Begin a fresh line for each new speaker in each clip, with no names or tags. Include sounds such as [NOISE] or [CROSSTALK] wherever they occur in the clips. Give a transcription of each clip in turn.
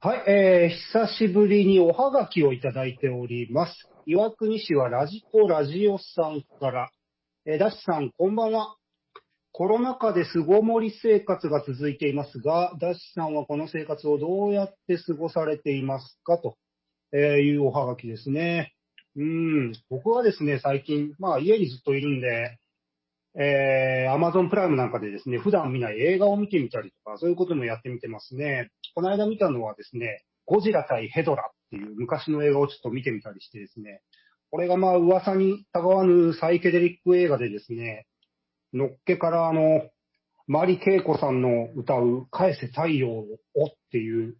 はい、えー、久しぶりにおはがきをいただいております。岩国市はラジコラジオさんから、えー、ダッシュさん、こんばんは。コロナ禍で巣ごもり生活が続いていますが、ダッシュさんはこの生活をどうやって過ごされていますかと、えーいうおはがきですね。うん、僕はですね、最近、まあ家にずっといるんで、えー、Amazon プライムなんかでですね、普段見ない映画を見てみたりとか、そういうこともやってみてますね。この間見たのはですね、ゴジラ対ヘドラっていう昔の映画をちょっと見てみたりしてですね、これがまあ噂にたがわぬサイケデリック映画でですね、のっけからあの、マリケイコさんの歌う返せ太陽をっていう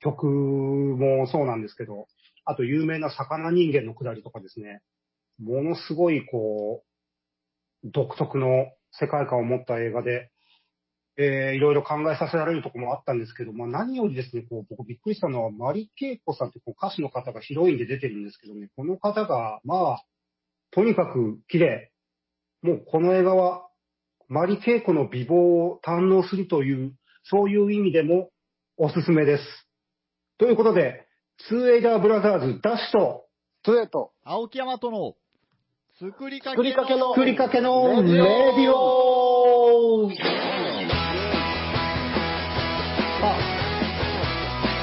曲もそうなんですけど、あと有名な魚人間のくだりとかですね、ものすごいこう、独特の世界観を持った映画で、えーいろいろ考えさせられるところもあったんですけど、まあ、何よりですね、こう僕びっくりしたのは、マリケイコさんってこう歌手の方がヒロインで出てるんですけどね、この方が、まあ、とにかく綺麗。もうこの映画は、マリケイコの美貌を堪能するという、そういう意味でもおすすめです。ということで、ツーエイダーブラザーズ、ダッシュと、
トヨと、
青木山との、作りかけ
作りかけの、
作りかけのレディオあ、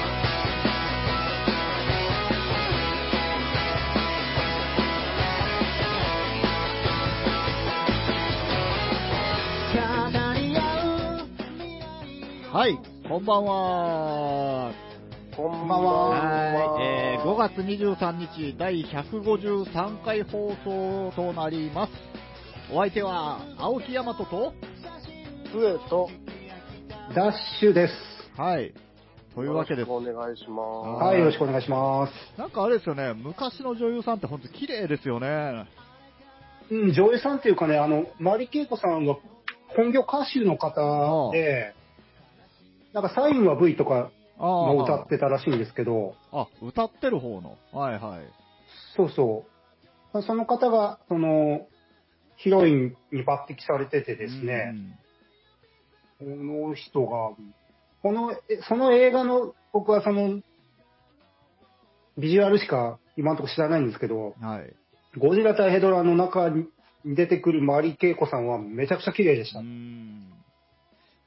はい、こんばんは。
こん
ば
ば
んは
んは。
はい、えー、5月23日第153回放送となります。お相手は、青木山とと、
トと、
ダッシュです。
はい、というわけです。
お願いしま
はい、よろしくお願いします。
なんかあれですよね、昔の女優さんってほんと綺麗ですよね。
うん、女優さんっていうかね、あの、マリケイコさんは本業歌手の方で、なんかサインは V とか
ああ
も歌ってたらしいんですけど、
あ、歌ってる方の。はいはい。
そうそう。その方が、その、ヒロインに抜擢されててですね、この人が、この、えその映画の、僕はその、ビジュアルしか今のところ知らないんですけど、
うん。はい。
ゴジラ対ヘドラの中に出てくるマリケイコさんはめちゃくちゃ綺麗でし
う
た。
ん。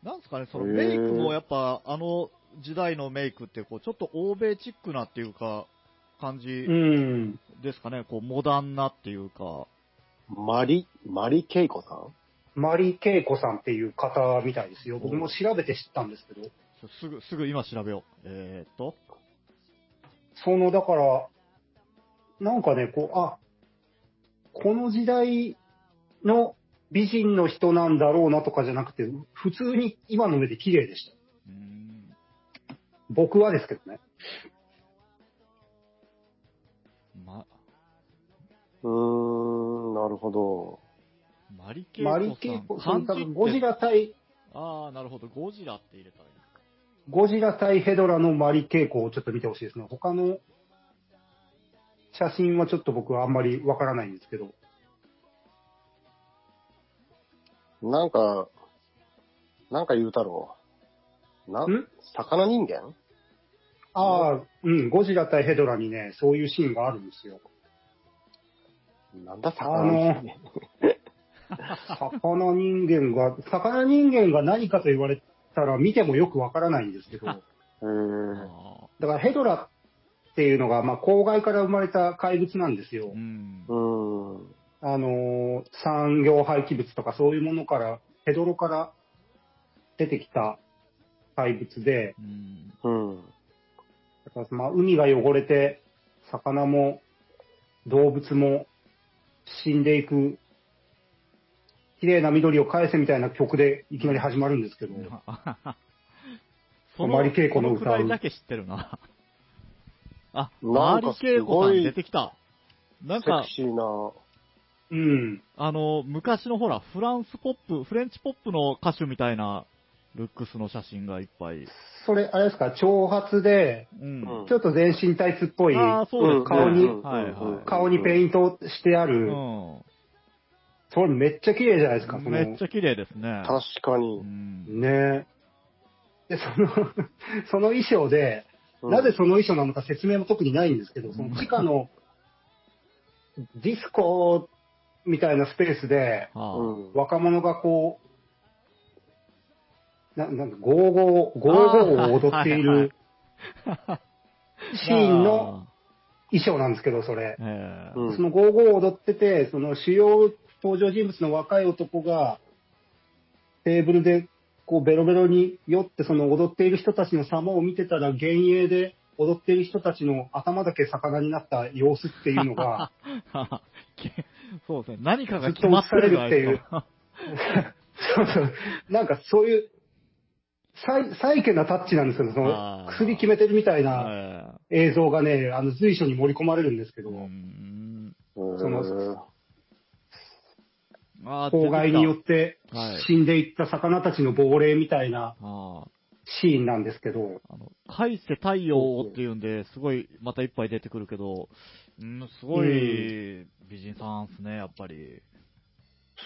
なんですかね、その
へー
メイクもやっぱ、あの時代のメイクって、こう、ちょっと欧米チックなっていうか、感じ
うん。
ですかね、こう、モダンなっていうか。
す。マリ、マリケイコさん
マリケイコさんっていう方みたいですよ。僕も調べて知ったんですけど、
すぐ、すぐ今調べよう。えー、っと、
その、だから、なんかね、こう、あ、この時代の美人の人なんだろうなとかじゃなくて、普通に今の目で綺麗でした。
うん、
僕はですけどね。
ま、
うーん、なるほど。
マリケイコさ
マ
ん。
リケイコさ
漢
ん、
字
多
って
分ゴジ。ラ対、
あー、なるほど、ゴジラって入れたらいい。
ゴジラ対ヘドラのマリケイコをちょっと見てほしいですね。他の写真はちょっと僕はあんまりわからないんですけど。
なんか、なんか言うたろう。な、
ん
魚人間
ああ、うん、ゴジラ対ヘドラにね、そういうシーンがあるんです [LAUGHS] よ。
なんだ魚人間、
魚人間が、魚人間が何かと言われたら見てもよくわからないんですけど、だか
えー、
あ
らヘドラっていうのが、まあ、公害から生まれた怪物なんですよ
ーう。ん
う。ーん。
あのー産業廃棄物とかそういうものから、ヘドロから出てきた怪物で、
うん。
うん。
だからまあ、海が汚れて、魚も動物も死んでいく、綺麗な緑を返せみたいな曲でいきなり始まるんですけど、
そ
マリケイコの歌
[LAUGHS] そくらいだけ知ってるな。あ、
な
マ
んか
リ
す
ケイコ
ご
さ
い
ん出てきた。なん
セ
か
ク、シーな。
うん。
あの、昔のほら、フランスポップ、フレンチポップの歌手みたいなルックスの写真がいっぱい。
それ、あれですか、長髪で、
うん。
うん
ちょっと全身タイツっぽい、
ああ、そうです、ね
うん
顔に
はいはい。
顔にペイントしてあ
う
る、
ん。
それめっちゃ綺麗じゃないですか、その。
めっちゃ綺麗ですね。
確か
う
に。
[LAUGHS]
ん。
ねえ。で、その、その衣装で、
うん
なぜその衣装なのか説明も特にないんですけど、その地下のディスコみたいなスペースで、
ああ
うん。
若者がこう、ななんか、ゴーゴー、ゴーゴーを踊っているシーンの、衣装なんですけど、それ。
ああええ
うん
そのゴーゴーを踊ってて、その主要登場人物の若い男が、テーブルでこうベロベロに酔って、その踊っている人たちの様を見てたら、幻影で踊っている人たちの頭だけ魚になった様子っていうのが、
[LAUGHS] けそうですね。何かが決まってるじゃないですか。
そうそう、なんかそういう、最、最下なタッチなんですよ、その
あー、
薬決めてるみたい [LAUGHS] な
え
映像がね、あの、随所に盛り込まれるんですけ
え
ど、
うん
その
ああ
公害によ
出
ってて
はい
死んでいった魚たちの亡霊みたいな
きたああ
シーンなんですけど、
あの、返せ太陽っていうんで、すごい、またいっぱい出てくるけど、うん、すごい美人さんっすね、やっぱり。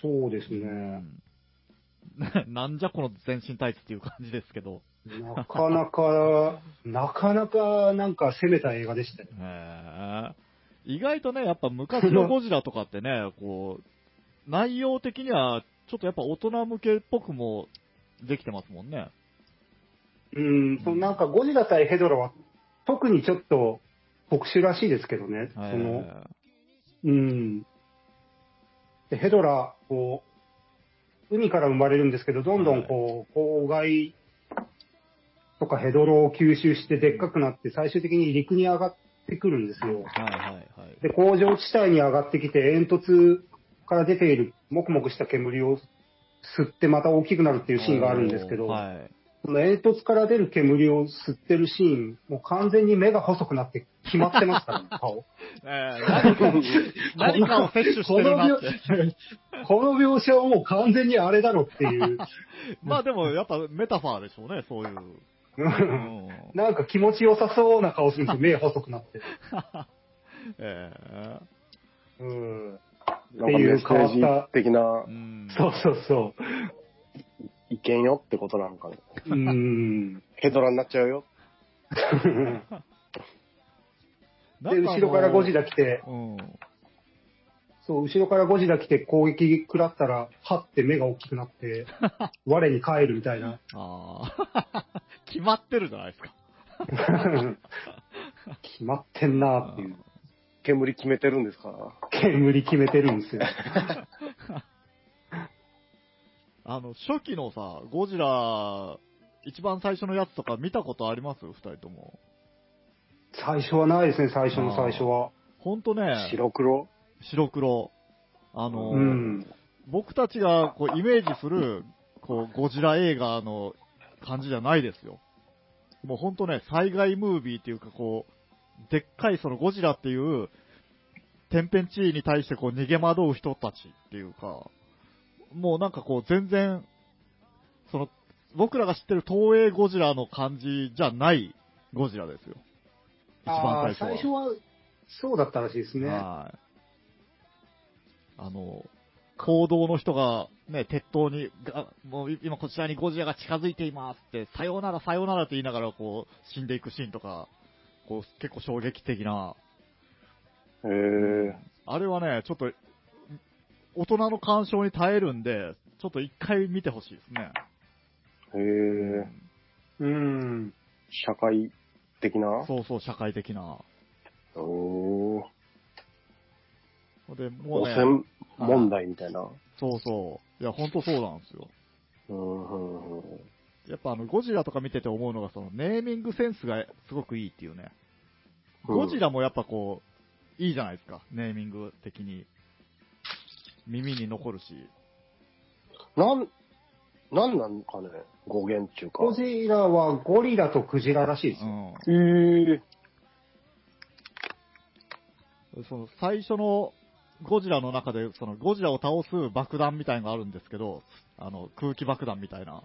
そうです
う
ね。
ん [LAUGHS] ななんじゃこの全身タイツっていう感じですけど。
なかな [LAUGHS] か、なかなかなんか攻めた映画でしたよ。
へえ意外とね、やっぱ昔のゴジラとかって
[LAUGHS]
ね、こう、内容的には、ちょっとやっぱ大人向けっぽくもできてますもんね。
うん、そのなんかゴジラ対ヘドラは特にちょっと特殊らしいですけどね。そ
へえ
の、うん。でヘドラ、こう、海から生まれるんですけど、どんどんこう、公害とかヘドロを吸収してでっかくなって、最終的に陸に上がってくるんですよ。
はいはいはい。
で、工場地帯に上がってきて、煙突から出ている、もくもくした煙を吸って、また大きくなるっていうシーンがあるんですけど、
はい。
その煙突から出る煙を吸ってるシーン、もう完全に目が細くなって決まってますからね、顔。
ええ何
[LAUGHS]
かを、何かを摂取してるなって。
この描写はもう完全にあれだろっていう、 [LAUGHS]
まあでも、やっぱメタファーでしょうね、そういう。うん、
なんか気持ちよさそうな顔するんですよ、目細くなって。
[LAUGHS] ええ
うん。
なんかメッセージ的な
うん。
そうそうそ
意見よってことなんかね。
う。うん。
ヘドラになっちゃうよ。
で、後ろからゴジ
ラ。
ラ来て、
うん。はい
そう、後ろからゴジラ来て攻撃食らったら、はって目が大きくな
[LAUGHS]
って、我に帰るみたいな。
ああ。 [LAUGHS] 決まってるじゃないですか。
決まってんなっていう。
煙決めてるんですか
煙決めてるんですよ。
あの、初期のさ、ゴジラ、一番最初のやつとか見たことあります二人とも。
最初はないですね、最初の最初は。
ほんとね、
白黒
白黒。あの、
うん。
僕たちがこうイメージする、こう、ゴジラ映画の感じじゃないですよ。もうほんとね、災害ムービーっていうかこう、でっかいそのゴジラっていう、天変地異に対してこう逃げ惑う人たちっていうか、もうなんかこう全然、その、僕らが知ってる東映ゴジラの感じじゃないゴジラですよ。一
あ
番
ー
最
最
初
初
は。
は、そうだったらしいですね。
はい。あの、行動の人が、ね、鉄塔に、がもう今こちらにゴジラが近づいていますって、さようならさようならって言いながらこう、死んでいくシーンとか、こう、結構衝撃的な、
へえ。
あれはね、ちょっと、大人の鑑賞に耐えるんで、ちょっと一回見てほしいですね。
へえ。
うん。
社会的な
そうそう、社会的な。
おー
で、もう
汚
ね、
染問題みたいな。
そうそう。いや、ほんとそうなんですよ。
うんうんうん
やっぱあの、ゴジラとか見てて思うのが、その、ネーミングセンスがすごくいいっていうね。
うん
ゴジラもやっぱこう、いいじゃないですか、ネーミング的に。耳に残るし。
なん、なんなんかね、語源っていうか。
ゴジラはゴリラとクジラらしいです
う
よ。
ん。
えー、
その、最初のゴジラの中で、その、ゴジラを倒す爆弾みたいのがあるんですけど、あの、空気爆弾みたいな。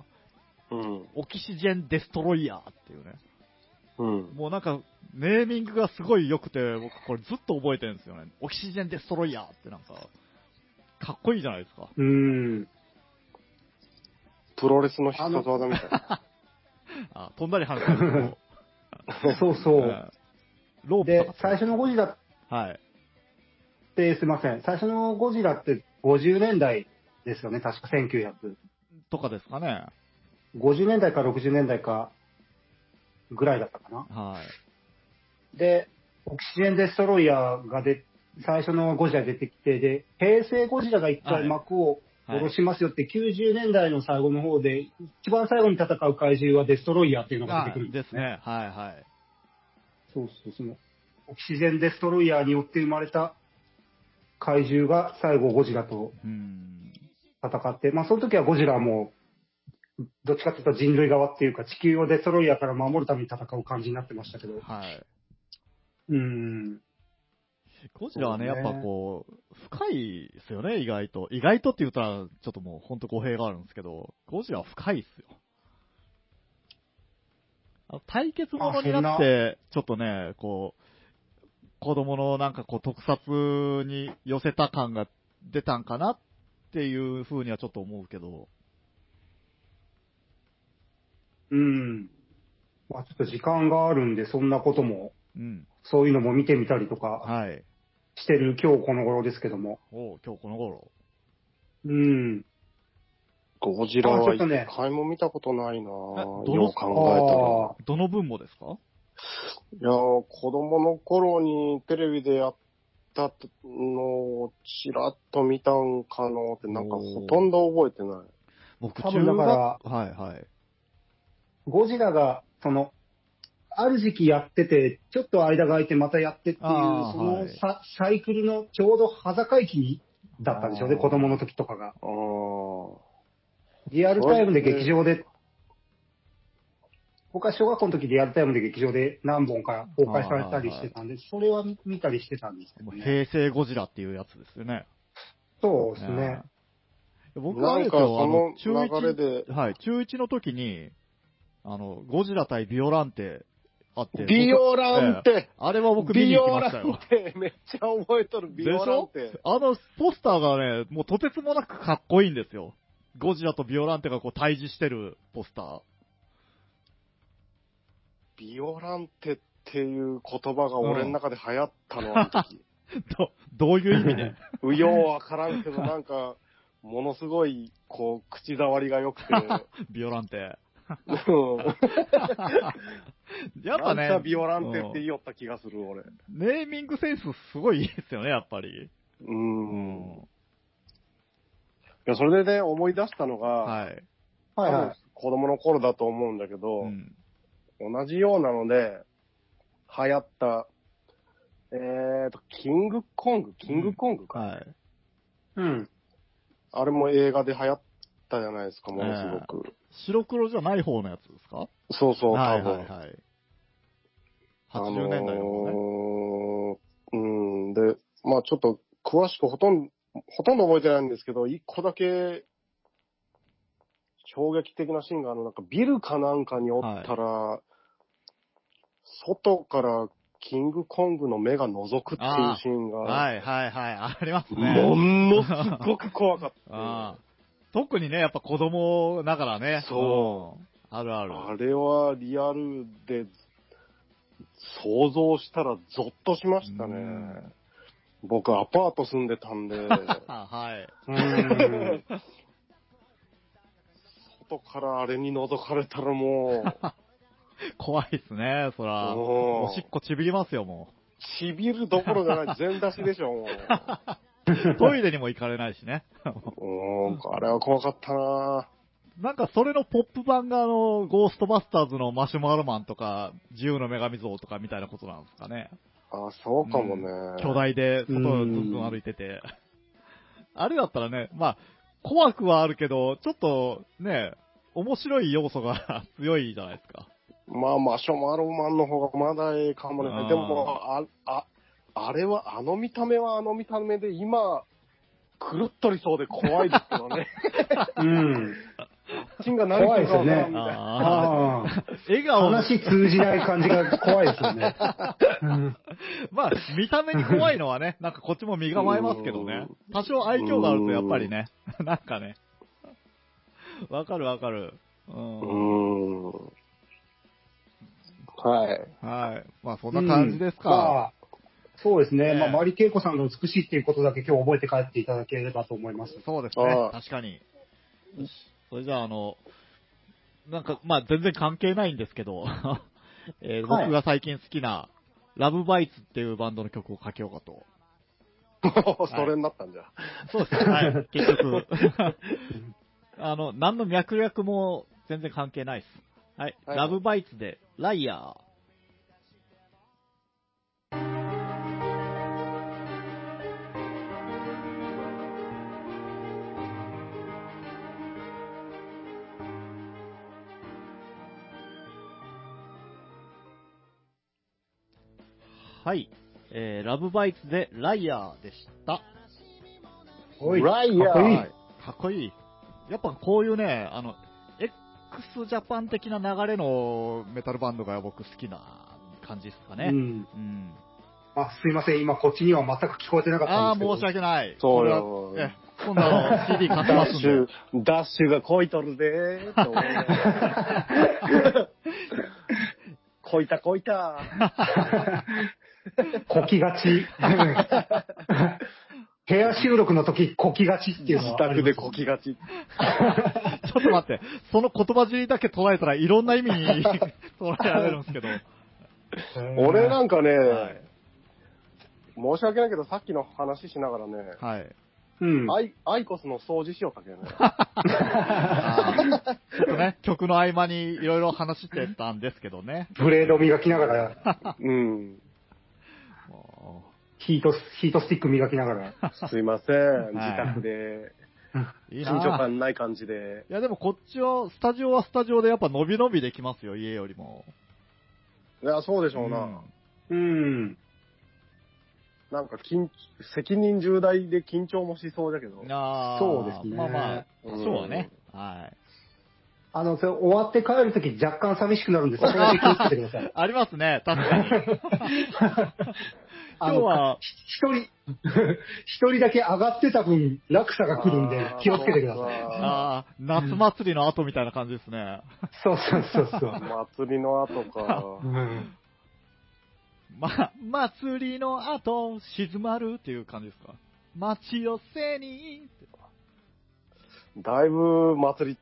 うん。
オキシジェンデストロイヤーっていうね。
うん。
もうなんか、ネーミングがすごい良くて、僕これずっと覚えてるんですよね。オキシジェンデストロイヤーってなんか、かっこいいじゃないですか。
うん。
プロレスの必殺技みたいな。
あ、飛んだり跳ねたりこう
そうそう。
ええロープと
で
か、使う
最初のゴジラっ
はい。
て、すいません、最初のゴジラって50年代ですよね、確か1900。
とかですかね。
50年代か60年代かぐらいだったかな。
はい。
で、オキシエンデストロイヤーがで最初のゴジラ出てきて、で、平成ゴジラが一
はい
回幕を
は
下
い
ろしますよって、90年代の最後の方で、一番最後に戦う怪獣はデストロイヤーっていうのが出てくる
あ
ん
です。ね。はいはい。
そうそう、その、オキシエンデストロイヤーによって生まれた怪獣が最後ゴジラと
うん。
戦って、まあその時はゴジラはもう、どっちかっていうと人類側っていうか地球をデストロイヤーから守るために戦う感じになってましたけど。
はい。
うん。
ゴジラはね、
そ
や
う
っ
ね
ぱこう、深いですよね、意外と。意外とって言ったら、ちょっともう本当語弊があるんですけど、ゴジラは深いっすよ。あの対決ものになって、ちょっとね、こう、子供のなんかこう特撮に寄せた感が出たんかなっていう風にはちょっと思うけど、
うん。まあちょっと時間があるんで、そんなことも、
うん。
そういうのも見てみたりとか
はい。
してる今日この頃ですけども。
おう今日この頃。
うん。
ゴジラは
あちょっとね
一回も見たことないなぁ。
え
よ
どの
う考
どの分もですか
えたら。いやぁ子供の頃にテレビでやったのをちらっと見たんかなーって、なんかほとんど覚えてない。
僕
多
中
分だ
学、
か
はいはい。
ゴジラが、その、ある時期やってて、ちょっと間が空いてまたやってっていう、そ
あー
の
はい
サ,、サイクルのちょうど端境期だったんでしょうね、
あー
子供の時とかが。
あー
リアルタイムで
そうですね
劇場で、僕は小学校の時リアルタイムで劇場で何本か公開されたりしてたんで、それは見見たりしてたんですけど、ね。
平成ゴジラっていうやつですよね。
そうですね。
うん。僕はあ
な
れで
ん
す
か
よ、あの
そ、
中
の流れ
1、
で、
はい、中1の時に、あの、ゴジラ対ビオランテあって、
ビ
僕
オランテ、
あれは僕見に
ビ
行き
オ
まし
ラ
た
ン
よ。
テ、めっちゃ覚えとる、ビオランテ。
あの、ポスターがね、もうとてつもなくかっこいいんですよ。ゴジラとビオランテがこう対峙してるポスター。 [LAUGHS]
ビオランテっていう言葉が俺の中で流行ったの、あの
[LAUGHS]
時。
ど、どういう意味
[LAUGHS]
で
うようわからんけど、なんか、ものすごい、こう、口触りが良
[LAUGHS]
くて。 [LAUGHS]
ビオランテ。
うん
やっぱね
なんか、ビオランテって言いよった気がする、俺。
ネーミングセンスすごいいいですよね、やっぱり。
う。
うん
いや、それでね、思い出したのが、
はい。
はい
多
は
分
い。
子供の頃だと思うんだけど、
うん。
同じようなので、流行った、えーと、キングコング、キングコングか。
はい。
うん。
あれも映画で流行ったじゃないですか、ものすごく。
白黒じゃない方のやつですか
そうそう、多分。
はいはいはい。80年代の方ね。
あのーうん、で、まあちょっと詳しくほとんど、ほとんど覚えてないんですけど、一個だけ、衝撃的なシーンが、あの、なんかビルかなんかにおったら、外からキングコングの目が覗くっていうシーンが、
はいはいはい、あります
も
ね。
のすごく怖かった。
あー特にね、やっぱ子供だからね。。
そう
あるある。
あれはリアルで、想像したらゾッとしました
う
ね
ん。
僕、アパート住んでたんで、
あはい。
うん。
外からあれに覗かれたらもう、
怖いっすね、そら。
お
お
ー
しっこちびりますよ、も
しびるどころじゃない、全出しでしょ、も
う。トイレにも行かれないしね。 [LAUGHS]
う。うん、あれは怖かったな
なんかそれのポップ版があの、ゴーストバスターズのマシュマロマンとか、自由の女神像とかみたいなことなんですかね。
あ、そうかもね。
巨大で外をずんずん歩いてて。 [LAUGHS] あれだったらね、まあ、怖くはあるけど、ちょっとね、面白い要素が [LAUGHS] 強いじゃないですか。
まあ、マシュマロマンの方がまだええかも
あー
ね。でも、あ、あ、あれは、あの見た目はあの見た目で、今、狂っとりそうで怖いですけど [LAUGHS] ね。
[LAUGHS] うん。
チンが何するかわからんみたいな。
あ
ああ。
あ、笑顔、
話通じない感じが怖いですよ [LAUGHS] ね。うん
まあ、見た目に怖いのはね、なんかこっちも身構えますけどね。多少愛嬌があるとやっぱりね、 [LAUGHS] なんかね。わかるわかる。う。
うんーん。はい。
はい。まあ、そんな感じですか。
うんまあ、そうですね。
ね
まあ、マリケイコさんが美しいっていうことだけ今日覚えて帰っていただければと思います。
そうですね
あ。あ
確かに。よしそれじゃあ、あの、なんか、まあ、全然関係ないんですけど、 [LAUGHS] えー
はい
僕が最近好きな、ラブバイツっていうバンドの曲をかけようかと。
[LAUGHS] それになったんじゃ。
そうですね。 [LAUGHS] はい、結局。あの、何の脈略も全然関係ないです。はい。
はい
ラブバイツで、ライアー。はい。えー、ラブバイツで、ライアーでした。
おい
ライヤ
かっこいい
ー。
かっこいい。やっぱこういうね、あの、x ジャパン的な流れのメタルバンドが僕好きな感じですか
う
ね。
ん。
うん。
あ、すいません。今こっちには全く聞こえてなかった
ああ、
んですけど。
申し訳ない。
そうよ
これはえ今度あの CD 買ってま
ダ
す
ッ [LAUGHS]
ん
シ
で。
ュ、ダッシュがこいとるでーって思いながらこいたこいた。
こきがち。部屋収録の時、こきがちって [LAUGHS] いうの
自
はありま
宅
す
でこきがち。
ちょっと待って、その言葉尻だけ捉えたらいろんな意味に [LAUGHS] 捉えられるんですけど。
俺なんかね、
はい。
申し訳ないけどさっきの話しながらね、
はい。
うん。
アイアイコスの掃除しようかけ
[LAUGHS]
どね。
あーちょっとね、曲の合間にいろいろ話してたんですけどね。
ブレード磨きながら、
うん。
も
ヒート、ヒートスティック磨きながら。
すいません。
はい
自宅で、
ういい
緊
な
張感ない感じで。
いやでもこっちは、スタジオはスタジオでやっぱ伸び伸びできますよ、家よりも。
いや、そうでしょうな。
うん
うん。
なんか緊、責任重大で緊張もしそうだけど。
あー
そうですね
まあまあ、
うん
そうはね。はい。。
あの、それ終わって帰るとき若干寂しくなるんで、それだけ気をつけてください [LAUGHS]
ありますね、確か [LAUGHS] に。今
あ
日
の、
は、
一 [LAUGHS] 人、一人だけ上がってた分、落差が来るんで
あー、
気をつけてください。
あー夏祭りの後みたいな感じですね。
そうそうそうそ
そう
う。
か [LAUGHS] 祭りの後か
う。ん、
ま、祭りの後、静まるっていう感じですか。街寄せに、
だいぶ祭り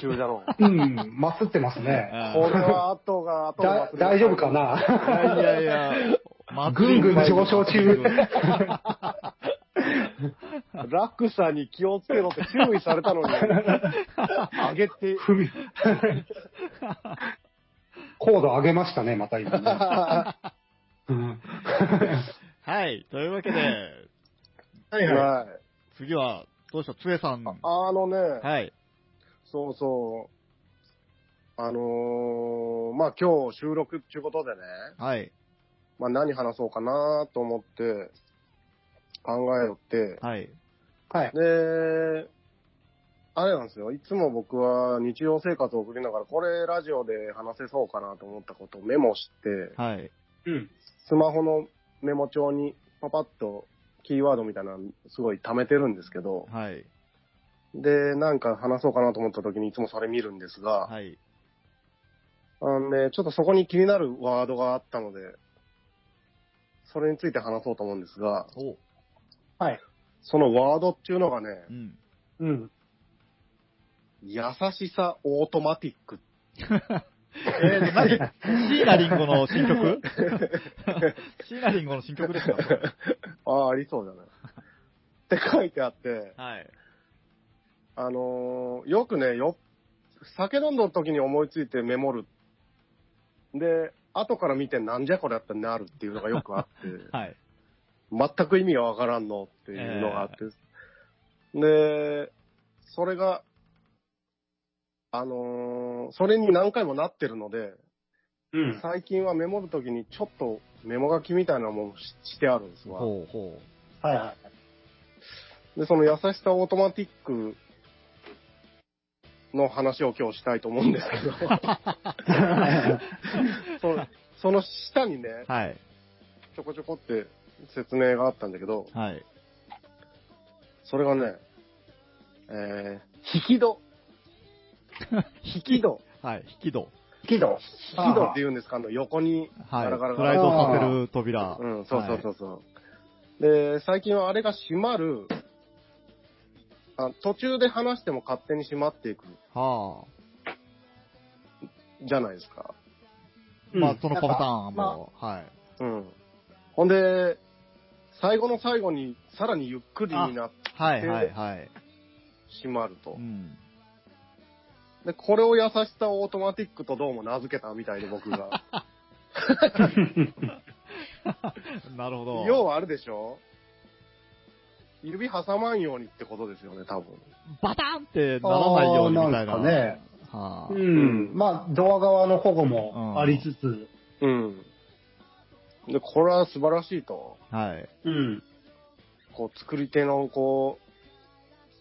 中だ
[LAUGHS]
ろう。
うん、まつってますね。
[LAUGHS] あー
これは後が後
だ
が祭り
大丈夫かない
やい [LAUGHS] やいや、
ぐんぐん上昇中。
落差に気をつけろって注意され
[LAUGHS]
たのに、上げて、
踏み高度上げましたね、また今ね。うん
はい、というわけで、
はいは
はい。
次は、どうした、つえさん。は
あのね、
い。
そうそう。あのーまあ、今日収録っていうことでね、
はい。
まあ、何話そうかなと思って、考えよって、
はい。
い。はい。
で、あれなんですよ。いつも僕は日常生活を送りながら、これラジオで話せそうかなと思ったことをメモして、
はい。
うん。
スマホのメモ帳にパパッとキーワードみたいなのすごい貯めてるんですけど、
はい。
で、なんか話そうかなと思った時にいつもそれ見るんですが、
はい。
あのね、ちょっとそこに気になるワードがあったので、それについて話そうと思うんですが、
お
はい。
そのワードっていうのがね、
うん。
うん。
優しさオートマティック。
えーと、何シーナリンゴの新曲シーナリンゴの新曲ですか
ああ、ありそうじゃない。 [LAUGHS] って書いてあって、
はい。
あのーよくね、よ、酒飲んだ時に思いついてメモる。で、後から見てなんじゃこれやってなるっていうのがよくあって、
はい。
全く意味がわからんのっていうのがあって、で、それが、あのーそれに何回もなってるので、
うん。
最近はメモるときにちょっとメモ書きみたいなもんししてあるんですわ。
ほうほ
はいはい。
で、その優しさオートマティックの話を今日したいと思うんですけど、そのその下にね、
う。はい。
ちょこちょこって説明があったんだけど、
はい。
それがね、えー、引き戸。引き戸。
はい。引き戸。
喜怒。
引き戸っていうんですか、あの、横に
は
ガ
い。
ラガラ
ス
ガ
ライ
ラ。
ドさせる扉。。
うん、そうそうそううそう、で、最近はあれが閉まる、あ途中で話しても勝手に閉まっていく
は
じゃないです
あ。
か。
まあ、その
な
パ
んか
ターンも、はい。
うん。ほんで、最後の最後に、さらにゆっくりになって
はいはいはい。
閉まると。
うん。
で、これを優しさオートマティックとどうも名付けたみたいで
[LAUGHS]
僕が。
なるほど。
要はあるでしょ指挟まんようにってことですよね、多分。
バタンってならないようにみたいな。
あーなんかね
は
う
あうん
ん。まあ、ドア側の保護もありつつ、
うん。で、これは素晴らしいと。
はい。
うん。
こう、作り手の、こ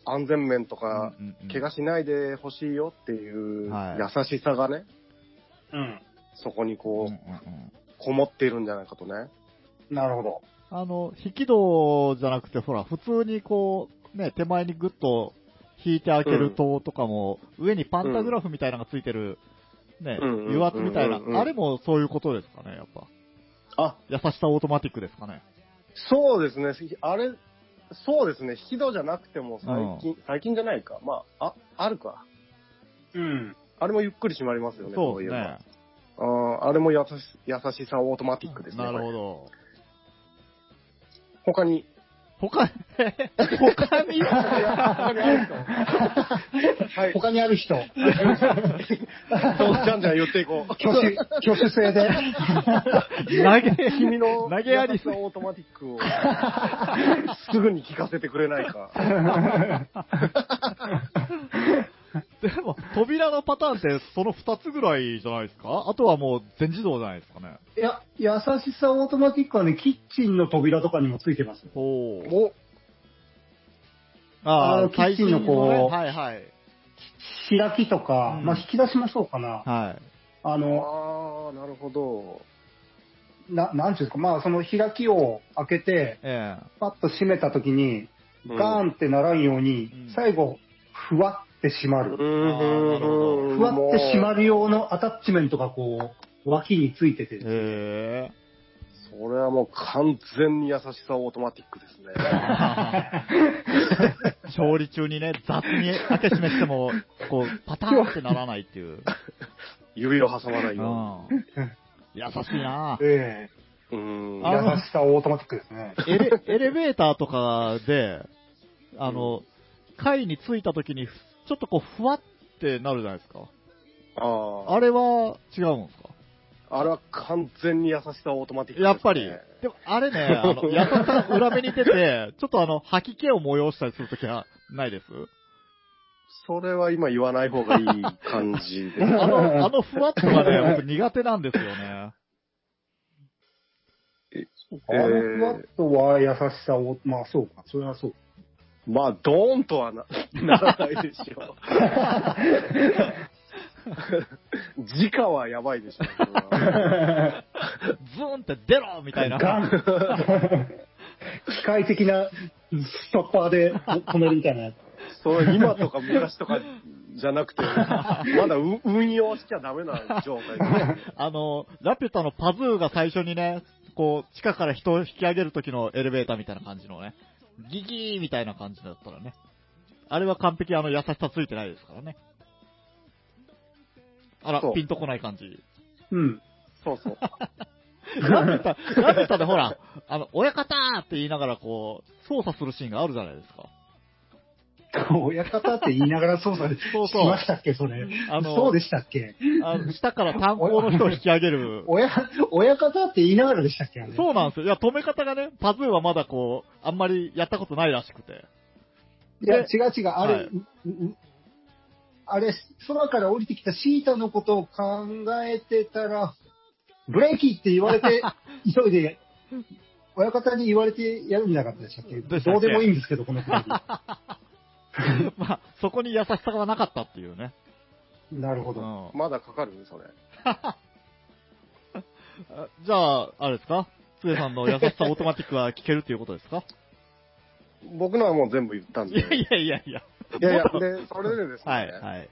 う、安全面とか、
うんうんうん
怪我しないでほしいよっていう
はい
優しさがね、
うん。
そこに
うん
こ
うんう
う、
ん
こもっているんじゃないかとね。
なるほど。
あの、引き戸じゃなくて、ほら、普通にこう、ね、手前にグッと引いて開ける塔とかも、上にパンタグラフみたいなのがついてる、ね、
うんうん
油圧みたいな
うんうんう、ん
あれもそういうことですかね、やっぱ。
あ、
優しさオートマティックですかね。
そうですね、あれ、そうですね、引き戸じゃなくても最近、最近じゃないか。まあ、あ、あるか。
うん。
あれもゆっくり閉まりますよね、
そう
い
で
え
す
ば
ね。
あーあれも優し優しさオートマティックですね。
なる
こ
ほ
れ
ど。
他に。
他に、他に
他にある人はい。
他にある人、
じゃんじゃん言っていこ
[LAUGHS]
う。
挙手、挙手制で。
投げ、
君の
投げやり
優しさオートマティックをすぐに聞かせてくれない
[LAUGHS]
か。
でも、扉のパターンってその2つぐらいじゃないですかあとはもう全自動じゃないですかね。
[LAUGHS] いや、優しさオートマティックはね、キッチンの扉とかにもついてます。
ほう。
お、
あ
あ
の
あ、最近の
キッチンの
こ
こ
う。
う
はいはい。
開きとか、
うん
まあ、引き出しもそうかな。
はい。
あの、
ああ、なるほど。
な、なんていうんですか、まあ、その開きを開けて、
え
パッと閉めた時に、ガーンってならんように、
うん
最後、ふわって閉まる。
なるほど
ふわって閉ま
る。
る用のアタッチメントがこう、脇についてて
え。、へえ。
それはもう完全に優しさオートマティックですね。
[LAUGHS] 調理中にね、雑に開け閉めしても、こう、パターンってならないっていう。
指を挟まな
う
い
ん
よ。
優しいな
ええ
うに。うん
あの
優しさオートマティックですね。
エレエレベーターとかで、あの、階に着いた時に、ちょっとこう、ふわってなるじゃないですか。
あ
あれは違うんですか
あ。あれは完全に優しさオートマティックですね、
やっぱり。でも、あれね、あの、やたら裏目に出て、ちょっとあの、吐き気を催したりするときはないです
それは今言わない方がいい感
[LAUGHS]
じです。
あの、
[LAUGHS]
あのふわっとがね、僕苦手なんですよね。
あのふ
[LAUGHS]
わっとは優しさを、まあそうか、それはそう。
まあ、ドーンとはなならないでしょ
[LAUGHS]
う。直はやばいでしょそれは。
ズーンって出ろみたいな。
ガ
[LAUGHS]
ン機械的なストッパーで止めるみたいなやつ。
それ今とか昔とかじゃな
[LAUGHS]
くて、まだう運用しちゃダメな状
[LAUGHS]
態で
あの、ラピュタのパズーが最初にね、こう、地下から人を引き上げる時のエレベーターみたいな感じのね、ギギーみたいな感じだったらね。あれは完璧あの優しさついてないですからね。あら
そ、う
ピンとこない感じ。
うん。
そうそう。
ラピュ
[LAUGHS]
タ、ラピュタでほら、あの、親方って言いながらこう、操作するシーンがあるじゃないですか。
[LAUGHS] 親方って言いながら操作し
そうそう
ましたっけ、それ。
あの
そうでしたっけ
あの下から炭鉱の人を引き上げる。
[LAUGHS] 親、親方って言いながらでしたっけあれ
そうなんですよ。いや、止め方がね、パズーはまだこう、あんまりやったことないらしくて。 [LAUGHS]
いや、違う違う、あれ、
はいう
うあれ、空から降りてきたシータのことを考えてたら、ブレーキって言われ
[LAUGHS]
て、急いで、親方に言われてやるんじゃなかったでしたっけ
でしたっけ
どうでもいいんですけど、このくだ
まあ、そこに優しさがなかったっていうね。 [LAUGHS]
り。なるほ
う
ど。
ん。
まだかかるそれ。
あじゃあ、あれですかつえさんの優しさオートマティックは聞けるっていうことですか
僕のはもう全部言った
[LAUGHS]
ん
い
で。
やいやいやいや。
いやいや、で、それでですね、
はい、はい。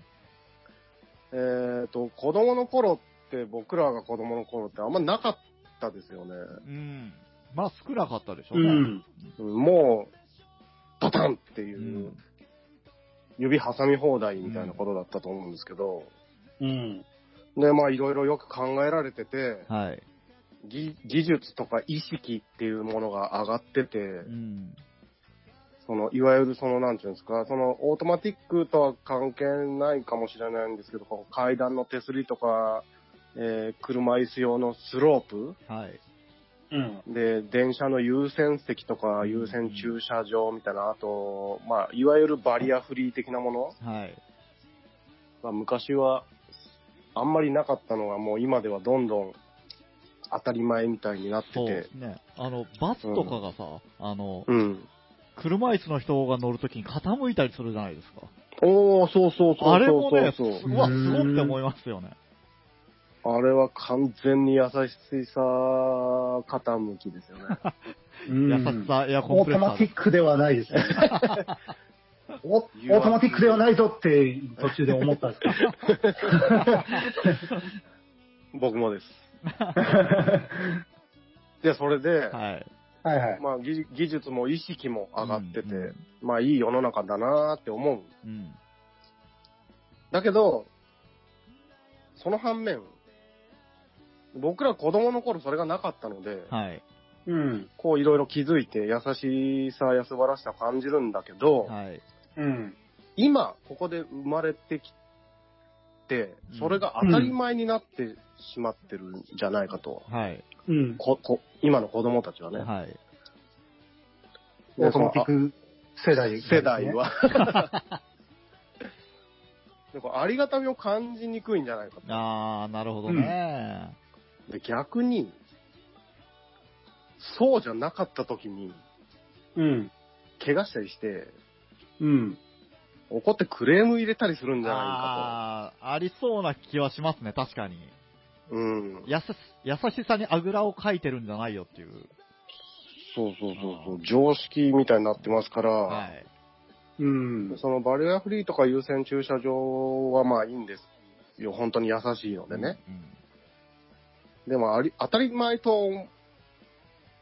ええっと、子供の頃って、僕らが子供の頃ってあんまなかったですよね。
うん。まあ少なかったでしょ
う
うね。
ん。
もう、ドタンっていうう、
ん。
指挟み放題みたいなことだったと思うんですけど、
うん。
で、まあいろいろよく考えられてて、
はい。
技技術とか意識っていうものが上がってて、
うん。
その、いわゆるその、なんていうんですか、その、オートマティックとは関係ないかもしれないんですけど、こう階段の手すりとか、えー車椅子用のスロープ
はい。
うん。
で、電車の優先席とか、
うん
優先駐車場みたいな、あと、まあ、いわゆるバリアフリー的なもの
はい。
が昔はあんまりなかったのが、もう今ではどんどん当たり前みたいになって
そうで
て
す、ね。あの、バスとかがさ、あの、
うん。
車椅子の人が乗るときに傾いたりするじゃないですか。
おー、そうそうそうそうそう。
あれもね、す
そう
うわ、すごって思いますよね。
あれは完全に優しさ傾きですよ
[LAUGHS]
ね。
うん
優しさ、エアコ
オ
ンプ
ー
レ
ト
ッサ
マ
ー
テ
で
ィックではないです [LAUGHS] ね。おオートマティックではないぞって途中で思ったんですけど。
僕もです。で、それで、
はい。
はいはい。
まあ技、技術も意識も上がってて、
うんうん
まあ、いい世の中だなーって思う。
うん。
だけど、その反面、僕ら子供の頃それがなかったので、
はい。
うん。
こういろいろ気づいて優しさや素晴らしさを感じるんだけど、
はい。
うん。
今、ここで生まれてきて、それが当たり前になってしまってるんじゃないかと。
はい。
うん。
ここ今の子供たちはね。
はい。
オートマティック世代、
世代。は。
[LAUGHS]
なんかありがたみを感じにくいんじゃないか
あー、なるほどね。
と。で逆に、そうじゃなかった時に、
うん。
怪我したりして、
うん。
怒ってクレーム入れたりするんじゃな
あー、ありそうな気はしますね、確かに。
いかと。うん。
優し優しさにあぐらをかいてるんじゃないよっていう。
そうそうそうそう。常識みたいになってますから、
はい。
うん。
そのバリアフリーとか優先駐車場はまあいいんですよ。本当に優しいのでね。
うん。
でもあり、当たり前と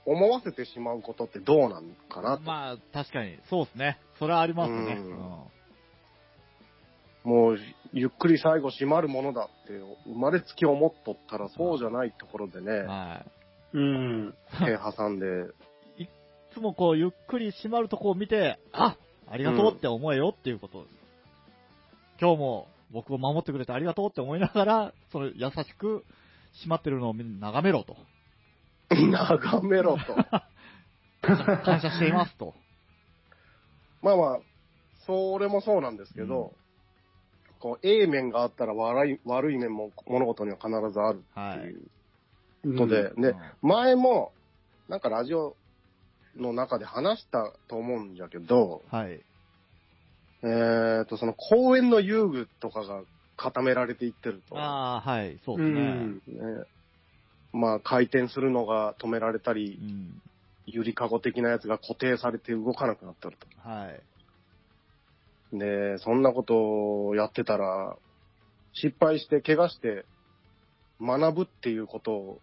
思わせてしまうことってどうなのかなと。
まあ、確かに、そうですね。それはありますね。
うん
うん
もう、ゆっくり最後閉まるものだって、生まれつき思っとったらそうじゃないところでね、
は
うん。
[LAUGHS] 手挟んで、 [LAUGHS]
い。いつもこう、ゆっくり閉まるとこを見て、あありがとうって思えよっていうことです。今日も僕を守ってくれてありがとうって思いながら、その優しく閉まってるのを眺めろと。
眺めろと。
感謝していますと。
まあまあ、それもそうなんですけど、こう、A 面があったら悪い、悪い面も物事には必ずある
は
って
い
い。うことで、
う
ね、
ん
前も、なんかラジオの中で話したと思うんじゃけど、
はい。
えっと、その公園の遊具とかが固められていってると。
ああ、はい、そう
う
ですね。
ん。
ね、まあ、回転するのが止められたり
う、ん。
ゆりかご的なやつが固定されて動かなくなってる
はい。
と。で、そんなことをやってたら、失敗して、怪我して、学ぶっていうことを、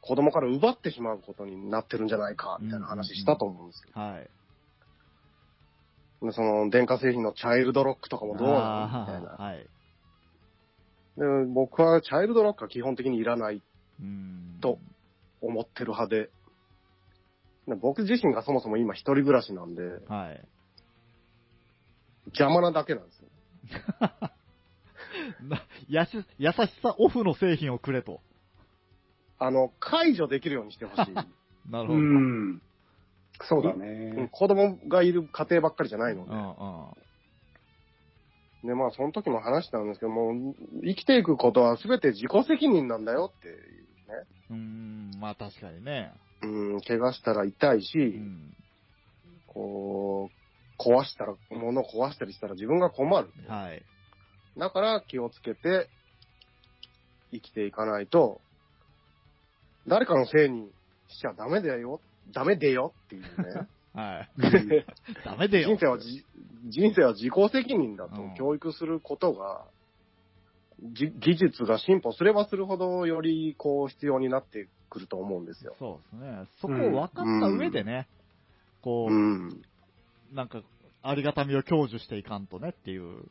子供から奪ってしまうことになってるんじゃないか、みたいな話したと思うんですけ
はい。
ど、でその、電化製品のチャイルドロックとかもどうなのみたい
あ
な
ーはい。
で僕はチャイルドロックは基本的にいらない
うん。
と思ってる派で、で僕自身がそもそも今一人暮らしなんで、
はい。
邪魔なだけなんですよ。
なやし優しさオフの製品をくれと。
あの、解除できるようにしてほ
[LAUGHS]
しい。
なる
う
ほど。うん
ん。そうだ
うん
ね。
子供がいる家庭ばっかりじゃないの
うん。
で。で、まあ、その時も話したんですけども、生きていくことは全て自己責任なんだよっていう
うーん、まあ確かにね。
ね。うん、怪我したら痛いし、
うん。
こう、壊したら、物を壊したりしたら自分が困る。
はい。
だから気をつけて生きていかないと、誰かのせいにしちゃダメだよ、ダメでよっていうね。
[LAUGHS] はい。
うん
ダメでよ。
人生はじ人生は自己責任だと
うん
教育することが、じ技術が進歩すればするほど、よりこう必要になってくると思うんですよ。
そうですね。そこを分かった上でね、こ
う
う、
ん。
なんか、ありがたみを享受していかんとねっていう。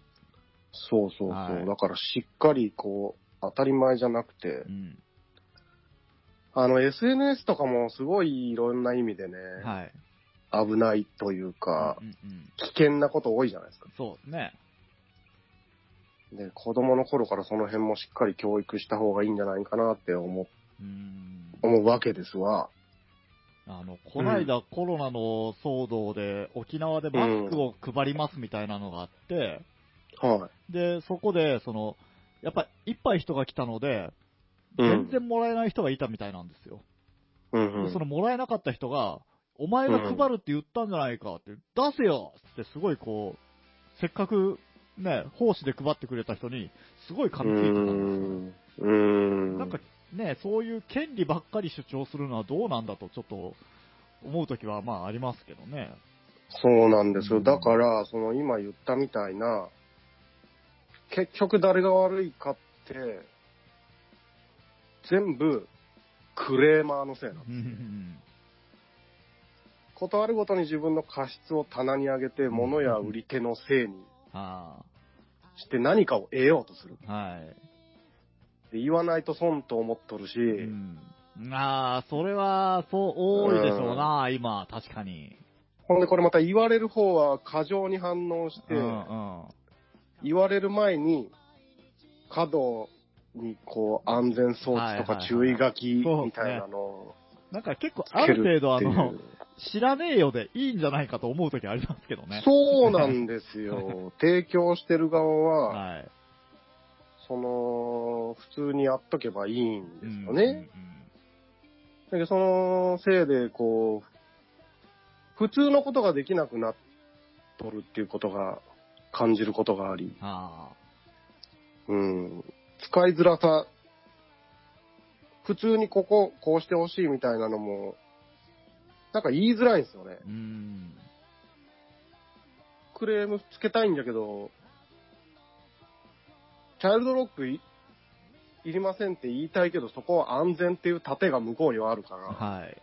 そうそうそう。
はい
だからしっかりこう、当たり前じゃなくて
う、ん。
あの SNS とかもすごいいろんな意味でね、
はい。
危ないというか
う、んうん。
危険なこと多いじゃないですか。
そうですね。
で、子供の頃からその辺もしっかり教育した方がいいんじゃないかなって思
うん。
思うわけですわ。
あの、こないだコロナの騒動で、沖縄でマスクを配りますみたいなのがあって、
は
で、そこで、その、やっぱ一杯人が来たので、
い。うん
全。然もらえない人がいたみたいなんですよ。
うんう
で
ん
そのもらえなかった人が、お前が配るって言ったんじゃないかって、出せよってすごいこう、せっかくね、奉仕で配ってくれた人に、すごい噛みついてたんで
うーん
すよ。なんか、ね、そういう権利ばっかり主張するのはどうなんだとちょっと思うときはまあありますけどね。
そうなんです
う
よ。
ん
だから、その今言ったみたいな、結局誰が悪いかって、全部クレーマーのせいなの。ことあるごとに自分の過失を棚に上げて、物や売り手のせいに
は
して何かを得ようとする。
あ、はい。
で言わないと損と思っとるし、
うん。ああ、それは、そう、多いでしょうな、今、確かに。
ほんでこれまた言われる方は過剰に反応して、
うんうん。
言われる前に、角にこう安全装置と
はいはいは
か
い
注意書きみたいなのを
なんか結構
つ
あ
け
る程
る
度あ
ってい
の
う、。
知らねえよでいいんじゃないかと思うときありますけどね。
そうなんです
[LAUGHS]
よ。提供してる側は、
はい。
その、普通にやっとけばいいんですよ
う
ね。
んうんうん
だけどそのせいで、こう、普通のことができなくなっとるっていうことが、感じることがあり、
あ
うん、使いづらさ、普通にここ、こうしてほしいみたいなのも、なんか言いづらいんですよね
あ。。うん。
クレームつけたいんだけど、チャイルドロックいいりませんって言いたいけど、そこは安全っていう盾が向こうにはあるから、
はい。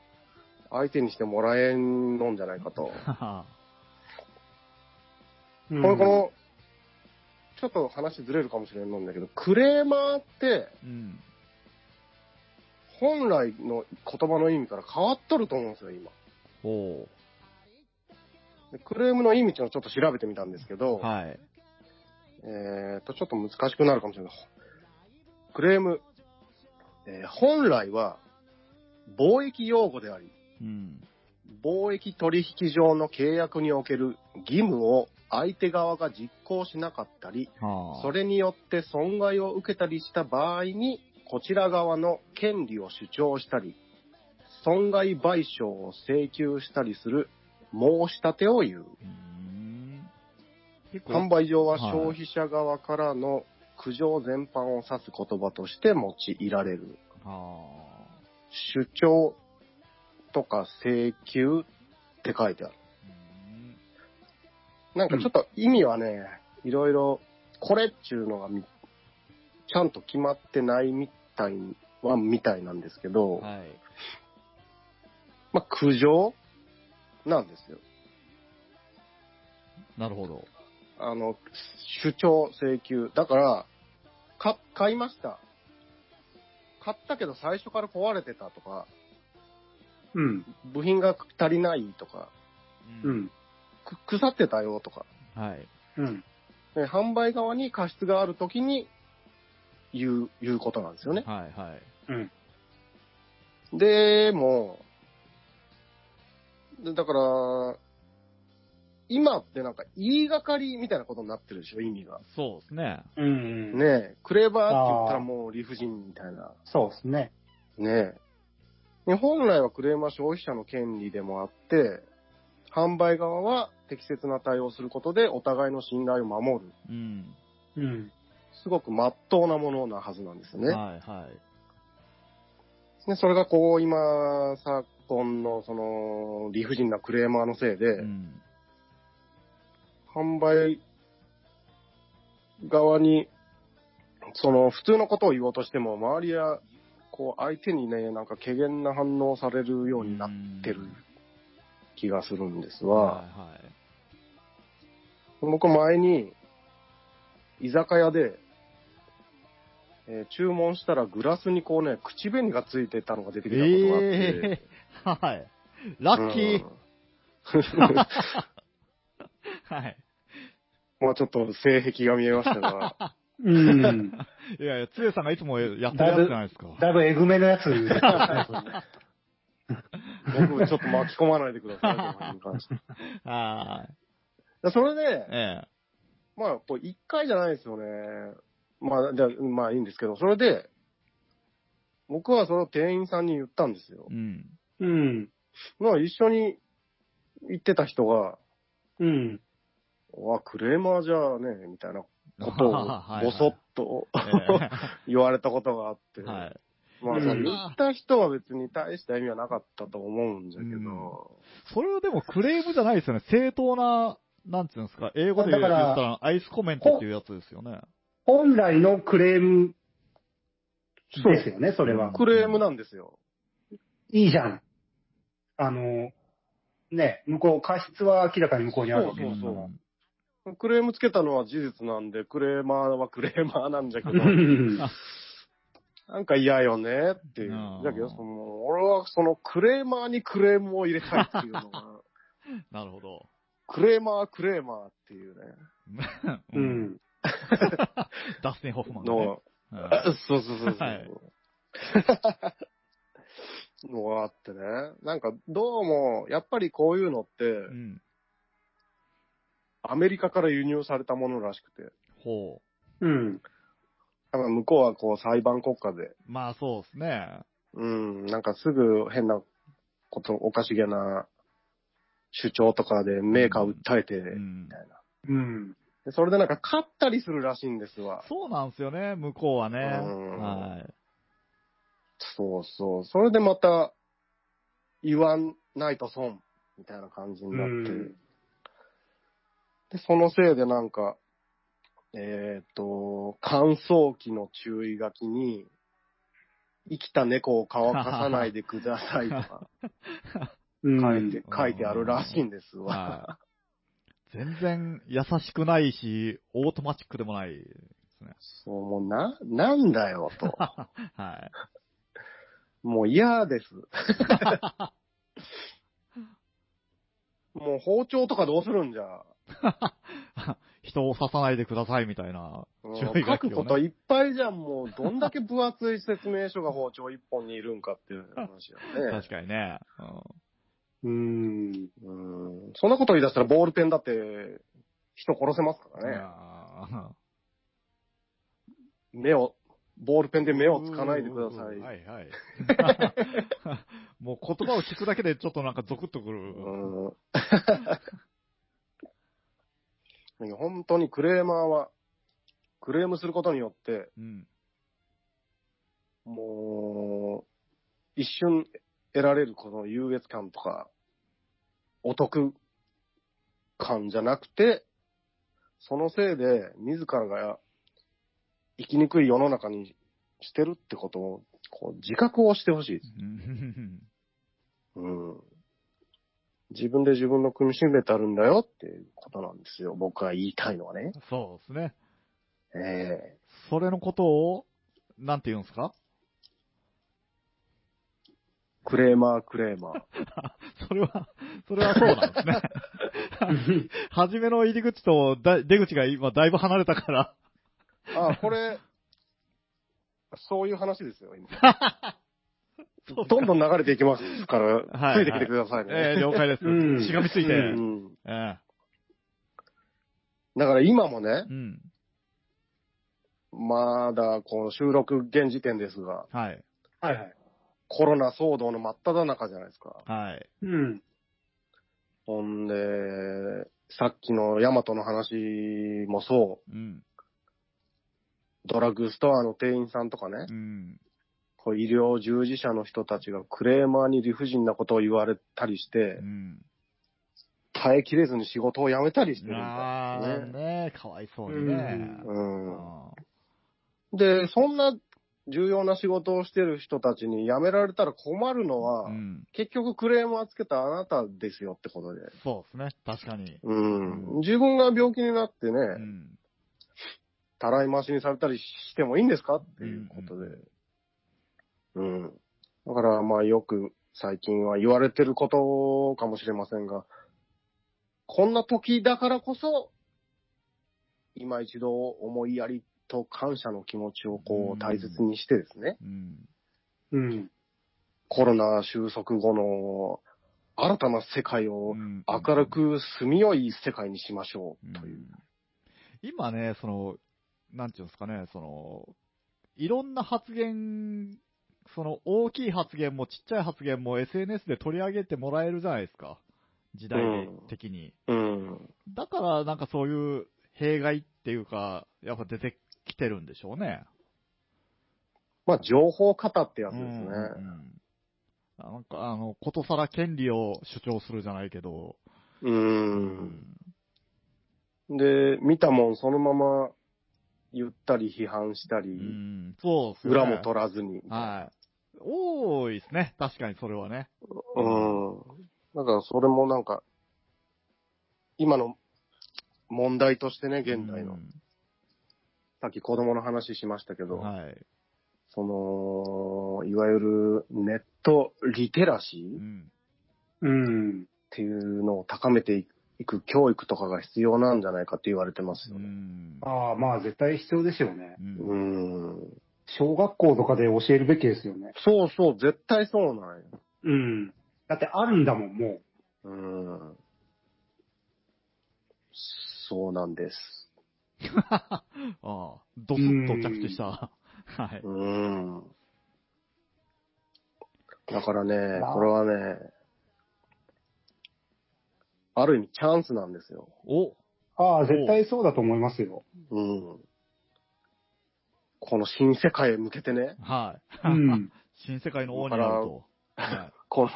相手にしてもらえんのんじゃないかと。
はは
うん
これこの、ちょっと話ずれるかもしれんのんだけど、クレーマーって
うん。
本来の言葉の意味から変わっとると思うんですよ、今。
お
でクレームの意味っていうのをちょっと調べてみたんですけど、
うはい。
えーと、ちょっと難しくなるかもしれない。クレーム。えー本来は、貿易用語であり、
うん。
貿易取引上の契約における義務を相手側が実行しなかったり、
はあ。
それによって損害を受けたりした場合に、こちら側の権利を主張したり、損害賠償を請求したりする申し立てを言う。
うーん。結
販
構、
売上は消費者側からの苦情全般を指す言葉として用いられる。
はあ。
主張とか請求って書いてある。
うん
なんかちょっと意味はね、いろいろ、これっちゅうのがみちゃんと決まってないみたいは、みたいなんですけど、
はい。
まあ苦情なんですよ。
なるほど。
あの、主張、請求。だから、か、買いました。買ったけど最初から壊れてたとか、
うん。
部品が足りないとか、
う。ん。
く腐ってたよとか、
はい。
うん。
ね販売側に過失があるときに言う、言うことなんですよね。
はい、はい。
うん。
でも、でだから、今ってなんか言いがかりみたいなことになってるでしょ、意味が。
そうですね。
うん。
ねえ、クレーバーって言ったらもう理不尽みたいな。
そうですね。
ねえ。ね本来はクレーマー消費者の権利でもあって、販売側は適切な対応をすることでお互いの信頼を守る。
うん。
うん。
すごく真っ当なものなはずなんですよね。
はい、はい。
でそれがこう今、昨今のその理不尽なクレーマーのせいで、
うん。
販売側にその、普通のことを言おうとしても、周りや、こう、相手にね、なんか、軽減な反応をされるようになってる気がするんですわ。
はいはい。
僕、前に、居酒屋で、えー注文したらグラスにこうね、口紅がついてたのが出てきたことがあって。
ええー、 [LAUGHS] はい。ラッキー、
うん
はい。
まあちょっと性癖が見えまし
[LAUGHS]
たが、
うん。
いやいや、つえさんがいつもやってるやつじゃないですか。
だいぶえぐめのやつです [LAUGHS] ね。
僕ちょっと巻き込まないでくださいこの辺に関して
はい。
でそれで、
ええ
まあ、これ一回じゃないですよね。まあ、じゃあまあいいんですけど、それで、僕はその店員さんに言ったんですよ。
うん。
うん。
まあ一緒に行ってた人が、
うん。
わ、クレーマーじゃねえ、みたいなことを
はい
ぼそっと
え
言われたことがあって、
えはい。
まあ、
うん
その言った人は別に大した意味はなかったと思うんだけど、
それはでもクレームじゃないですよね。正当な、なんていうんですか、英語で言う言
だから
ったらアイスコメントっていうやつですよね。
本来のクレームですよね、それは。
クレームなんですよ。
いいじゃん。あの、ね、向こう、過失は明らかに向こうにあるわけですか
そう
ら。
クレームつけたのは事実なんで、クレーマーはクレーマーなんだけど、
うん
なんか嫌よねっていう
あ。ー
だけど、その、俺はそのクレーマーにクレームを入れたいっていうのが、
[LAUGHS] なるほど。 [LAUGHS]
クレーマークレーマーっていうね、
う。ん。
ダスティン・ホフマン、ね
の、
うん
そうそうそうそう。
はい
[LAUGHS] のがあってね。なんか、どうも、やっぱりこういうのって、
うん。
アメリカから輸入されたものらしくて。
ほ
うん。
だから向こうはこう裁判国家で、
う。まあそうですね。
うん、なんかすぐ変なこと、おかしげな主張とかでメーカー訴えて、
うん
みたいな。
うん。
で、それでなんか勝ったりするらしいんですわ。
そうなんですよね、向こうはね。
うん
はい。
そうそう。それでまた、言わないと損、みたいな感じになって。
うん
で、そのせいでなんか、えっ、と、乾燥機の注意書きに、生きた猫を乾かさないでくださいとか
うん。
書いて、書いてあるらしいんですわ。
はい。全然優しくないし、オートマチックでもないですね。
そう、もうな、なんだよと。
はい。
もう
[LAUGHS]
嫌です。もう包丁とかどうするんじゃ。
人を刺さないで [LAUGHS] くださいみたいな。
うん
注意書きをね
書くこといっぱいじゃん、もう、どんだけ分厚い説明書が包丁一本にいるんかっていう話だよね
[LAUGHS] 確。かにね。う
う
ん
ん。
うん。そんなこと言い出したらボールペンだって、人殺せますか
い
らね。
や
目を、ボールペンで目
ー
をつかないでくださ。
うんはいい [LAUGHS] はい。もう言葉を聞くだけでちょっとなんかゾクッとくる。 [LAUGHS]
うん。本当にクレーマーは、クレームすることによって、
うん。
もう、一瞬得られるこの優越感とか、お得感じゃなくて、そのせいで自らが生きにくい世の中にしてるってことを、こう自覚をしてほしい。
うん [LAUGHS]
うん。自分で自分の組みしめてあるんだよっていうことなんですよ。僕は言いたいのはね。
そうですね。
ええ
それのことを、なんて言うんですか
クレーマークレーマー。
それは、それはそうなん
[LAUGHS]
ですね。初めの入り口とだ出口が今だいぶ離れたから。
あ、これ、そういう話で
[LAUGHS]
すよ、今。
そう
どんどん流れていきますから、
はい
ついてきてくださいね。
ええ了解です。
うん
しがみついて。
う
うん、
え
だから今もね
え、うん。
まだこの収録現時点ですが、
はい。
はいはい。
コロナ騒動の真っ只中じゃないですか。
はい。
うん。
ほんで、さっきのヤマトの話もそ
うん。
う、ドラッグストアの店員さんとかね
う、ん。
こう医療従事者の人たちがクレーマーに理不尽なことを言われたりし
う
て、
ん。
耐えきれずに仕事を辞めたりしてるみたい
あ
です
ー
ね。
ねえ、かわいそうにね。
うん。
あ
で、そんな重要な仕事をしてる人たちに辞められたら困るのは、
うん。
結局クレームをつけたあなたですよってことで。
そうですね。確かに。
うん。自分が病気になってね、
うん。
たらい回しにされたりしてもいいんですかっていうことで。うん。だから、まあよく最近は言われてることかもしれませんが、こんな時だからこそ、今一度思いやりと感謝の気持ちをこ
うん
う大切にしてですね、
うん。
うん。
コロナ収束後の新たな世界を
うん
明るく住みよい世界にしましょうという。
今ね、その、なんていうんですかね、その、いろんな発言、その大きい発言もちっちゃい発言も SNS で取り上げてもらえるじゃないですか。時代的に。
うん。
だからなんかそういう弊害っていうか、やっぱ出てきてるんでしょうね。
まあ情報型ってやつ
う
で
ん
すね。
うんなんかあの、ことさら権利を主張するじゃないけど。
うんで、見たもんそのまま言ったり批判した
う
り、
んそうっすね
裏も取らずに。
はい。多いですね。確かにそれはね。
うん。だからそれもなんか、今の問題としてね、現代の。さっき子供の話しましたけ
うん。
ど、
はい。
その、いわゆるネットリテラシ
う
ーっ
ん。
うん。
ていうのを高めていく教育とかが必要なんじゃないかって言われてますよ
う
ね。
ん
ああ、まあ絶対必要ですよね
う。
うんん。
小学校とかで教えるべきですよね。
そうそう、絶対そうなんよ。
うん。だってあるんだもん、も
うんそうなんです。
[LAUGHS] ああ、ドスッと着地した。はい。
うん。だからね
まあ、
これはね、ある意味チャンスなんですよ。
お
う。ああ、絶対そうだと思いますよ。
うん。この新世界へ向けてね、
はい。
うん。
[LAUGHS] 新世界の王になると。は
この、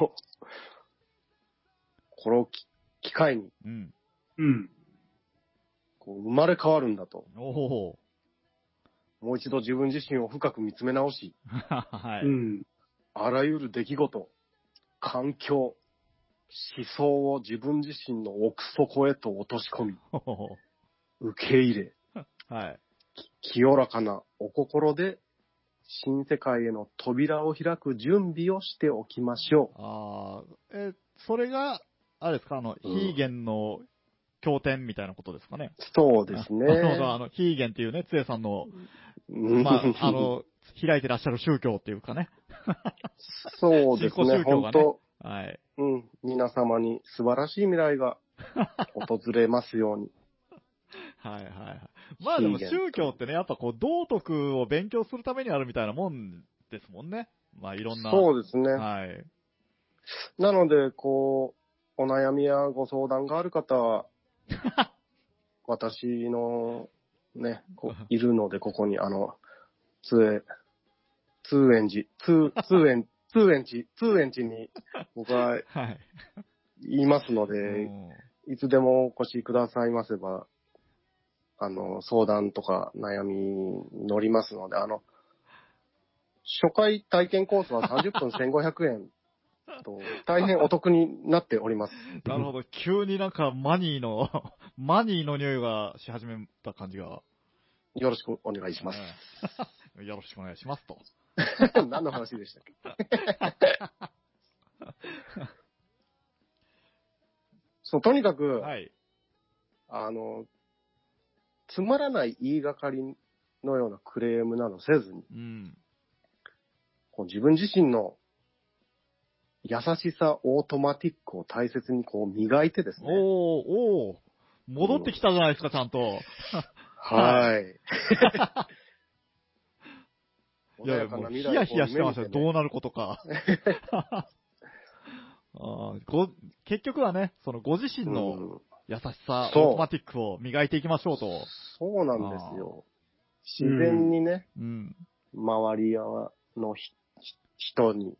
これをき機会に
い。うん。
うん。
こう生まれ変わるんだと。
おお。
もう一度自分自身を深く見つめ直し、
[LAUGHS] は
う
[LAUGHS] い。
ん。
あらゆる出来事、環境、思想を自分自身の奥底へと落とし込み、
おほ
受け入れ、
ほはい。
清らかなお心で、新世界への扉を開く準備をしておきましょ
ああ、え、それが、あれですか、あの、ヒーゲンの経典みたいなことですかね。
う。そうですね。
あそうそう、あの、ヒーゲンっていうね、つえさんの、
うん
まあ、あの、開いてらっしゃる宗教っていうかね。
そうです
自
ね、
己宗教がね
本当、
はい。
うん、皆様に素晴らしい未来が訪れますよ
[LAUGHS]
うに。
はいはいはい。まあでも
信玄
宗教ってね、やっぱこう、道徳を勉強するためにあるみたいなもんですもんね。まあいろんな。
そうですね。
はい。
なので、こう、お悩みやご相談がある方
[LAUGHS]
は、私の、ね、こいるので、ここに、あの、通園、通園寺、通、通園、通園地、通園地に僕は
はい。
言いますので、
うん
いつでもお越しくださいませば、あの、相談とか悩みに乗りますので、あの、初回体験コースは30分1500円
[LAUGHS]
と、大変お得になっております。
なるほど。急になんかマニーの、 [LAUGHS] マニーの匂いがし始めた感じが。
よろしくお願いします。
うんよろしくお願いし [LAUGHS] ますと。
[LAUGHS] 何の話でしたっ
[LAUGHS]
けそう、とにかく、
はい。
あの、つまらない言いがかりのようなクレームなどせずに、
うん。
こう自分自身の優しさ、オートマティックを大切にこう磨いてです
おー、
ね。
おー。戻ってきたじゃないですか、ちゃんと。
はい。
[LAUGHS] い
穏
や、
やか
も
な
う、ヒ
未来を
ヤヒヤしてましたよ。
夢見
どうなることか。 [LAUGHS] あーご結局はね、そのご自身
ね
の
うん
優しさ、
そう
オートマティックを磨いていきましょうと。
そうなんですよ。自然にね、
うん。
周りのひひ人に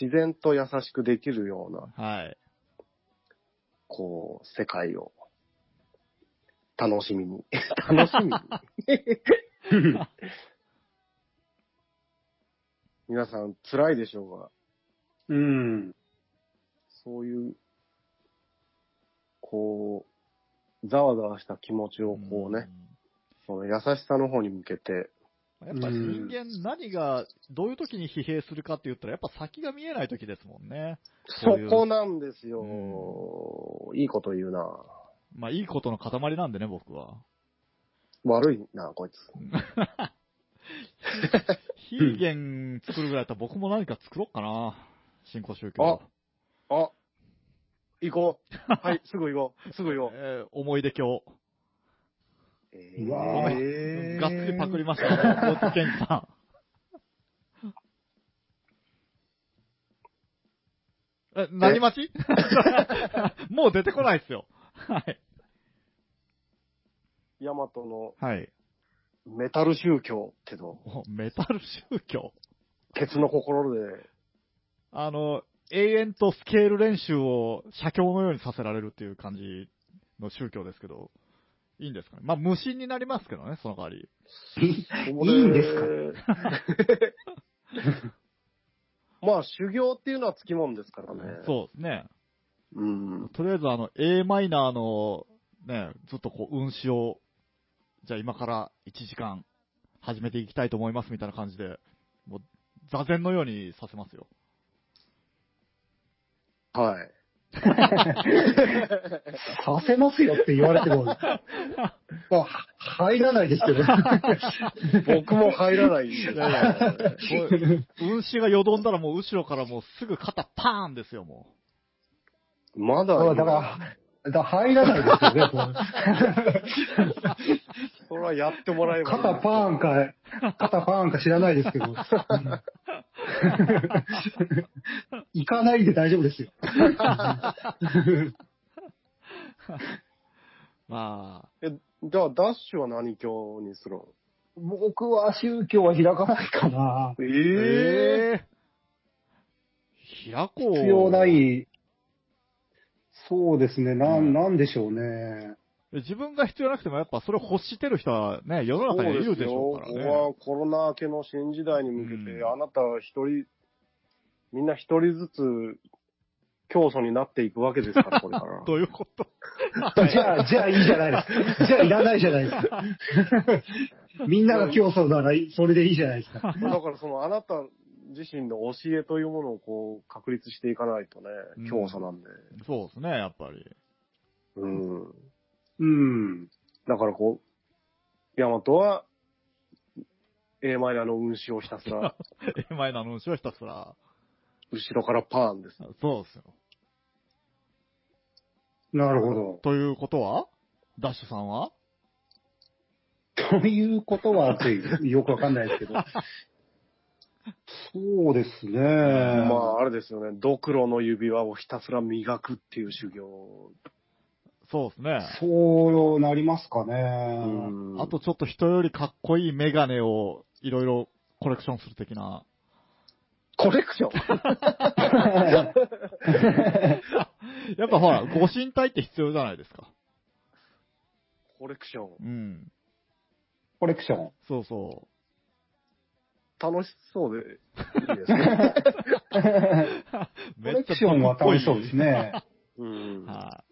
自然と優しくできるような、
はい。
こう、
[LAUGHS]
世界を楽しみに。楽しみに皆さん辛いでしょうが、
うん。
そういう、こう、ざわざわした気持ちをこうね、その優しさの方に向けて、
うん。やっぱ人間何が、どういう時に疲弊するかって言ったら、やっぱ先が見えない時ですもんね。そ
そう
いう
こなんですよ、いいこと言うな
まあいいことの塊なんでね、僕は。
[LAUGHS] 悪いなこいつ。
非現作るぐらいだったら僕も何か作ろうかな。新興宗教
あ。あ、行こう。はい、すぐ行こう。すぐ行こう。
えー思い出教。
え
うわ
ごめん
えー
がっつりパクりましたね。大津健さん。え、何待ちもう出てこないですよ。はい。
ヤマトの
はい。
メタル宗教っての、
おメタル宗教。
ケツの心で、
あの、永遠とスケール練習を写経のようにさせられるっていう感じの宗教ですけど、いいんですかね。まあ、無心になりますけどね、その代わり。
い
いいんです
か [LAUGHS] まあ、修行っていうのはつきもんですからね。
そうですね。
う。うん。
とりあえずあの、A マイナーの、ね、ずっとこう、運指を、じゃあ今から1時間始めていきたいと思いますみたいな感じで、もう、座禅のようにさせますよ。
はい。
させますよって言われて
[LAUGHS]
も、まあ、入らないですけど。
僕も入らないん [LAUGHS] ですよ
いやいやもう運指がよどんだらもう後ろからもうすぐ肩パーンですよ、もう。
まだ、
そうだから、だから入らないですよねこ
それはやってもらえ
う。
ばいい。
肩パーンか、肩パーンか知らないですけど。うん
[LAUGHS]
行かないで大丈夫ですよ。
まあ、
え、じゃあ、ダッシュは何教にするの
僕は宗教は開かないかな。
え
ええー。開こう。
必要な。い。そうですね。な、
うんん
なんでしょうね。
自分が必要なくてもやっぱそれを欲してる人はね、世の中にいるでしょうから
そうです
ね。
よここはコロナ明けの新時代に向けて、
うん
あなたは一人、みんな一人ずつ、教祖になっていくわけです
[LAUGHS]
から、これから。
どういうこと
じゃあ、じゃあいいじゃないですか。じゃあいらないじゃないですか。みんなが競争ならそれでいいじゃないですか。
だからその、あなた自身の教えというものをこう、確立していかないとね
うん、
教祖なんで。
そうですね、やっぱり。
うん。
うん。
だからこう、ヤマトは、A マイナーの運指をひたす
[LAUGHS]
ら、
A マイナーの後ろひたすら。
後ろからパーンです。
そうですよ。
なるほど。
ということはダッシュさんは
ということはっていう、よくわかんないですけど。そうですね。
ま
まあ、
あ、あれですよね。ドクロの指輪をひたすら磨くっていう修行。
そうですね。
そうなりますかね。
うん
あとちょっと人よりかっこいいメガネをいろいろコレクションする的な。
コレクション
やっぱほら、 [LAUGHS] ご神体って必要じゃないですか。
コレクション。
うん。
コレクション。
そうそ
楽しそうで、いい
[LAUGHS]
ですね。
う。
コレクションは楽しそうですね。
うん。は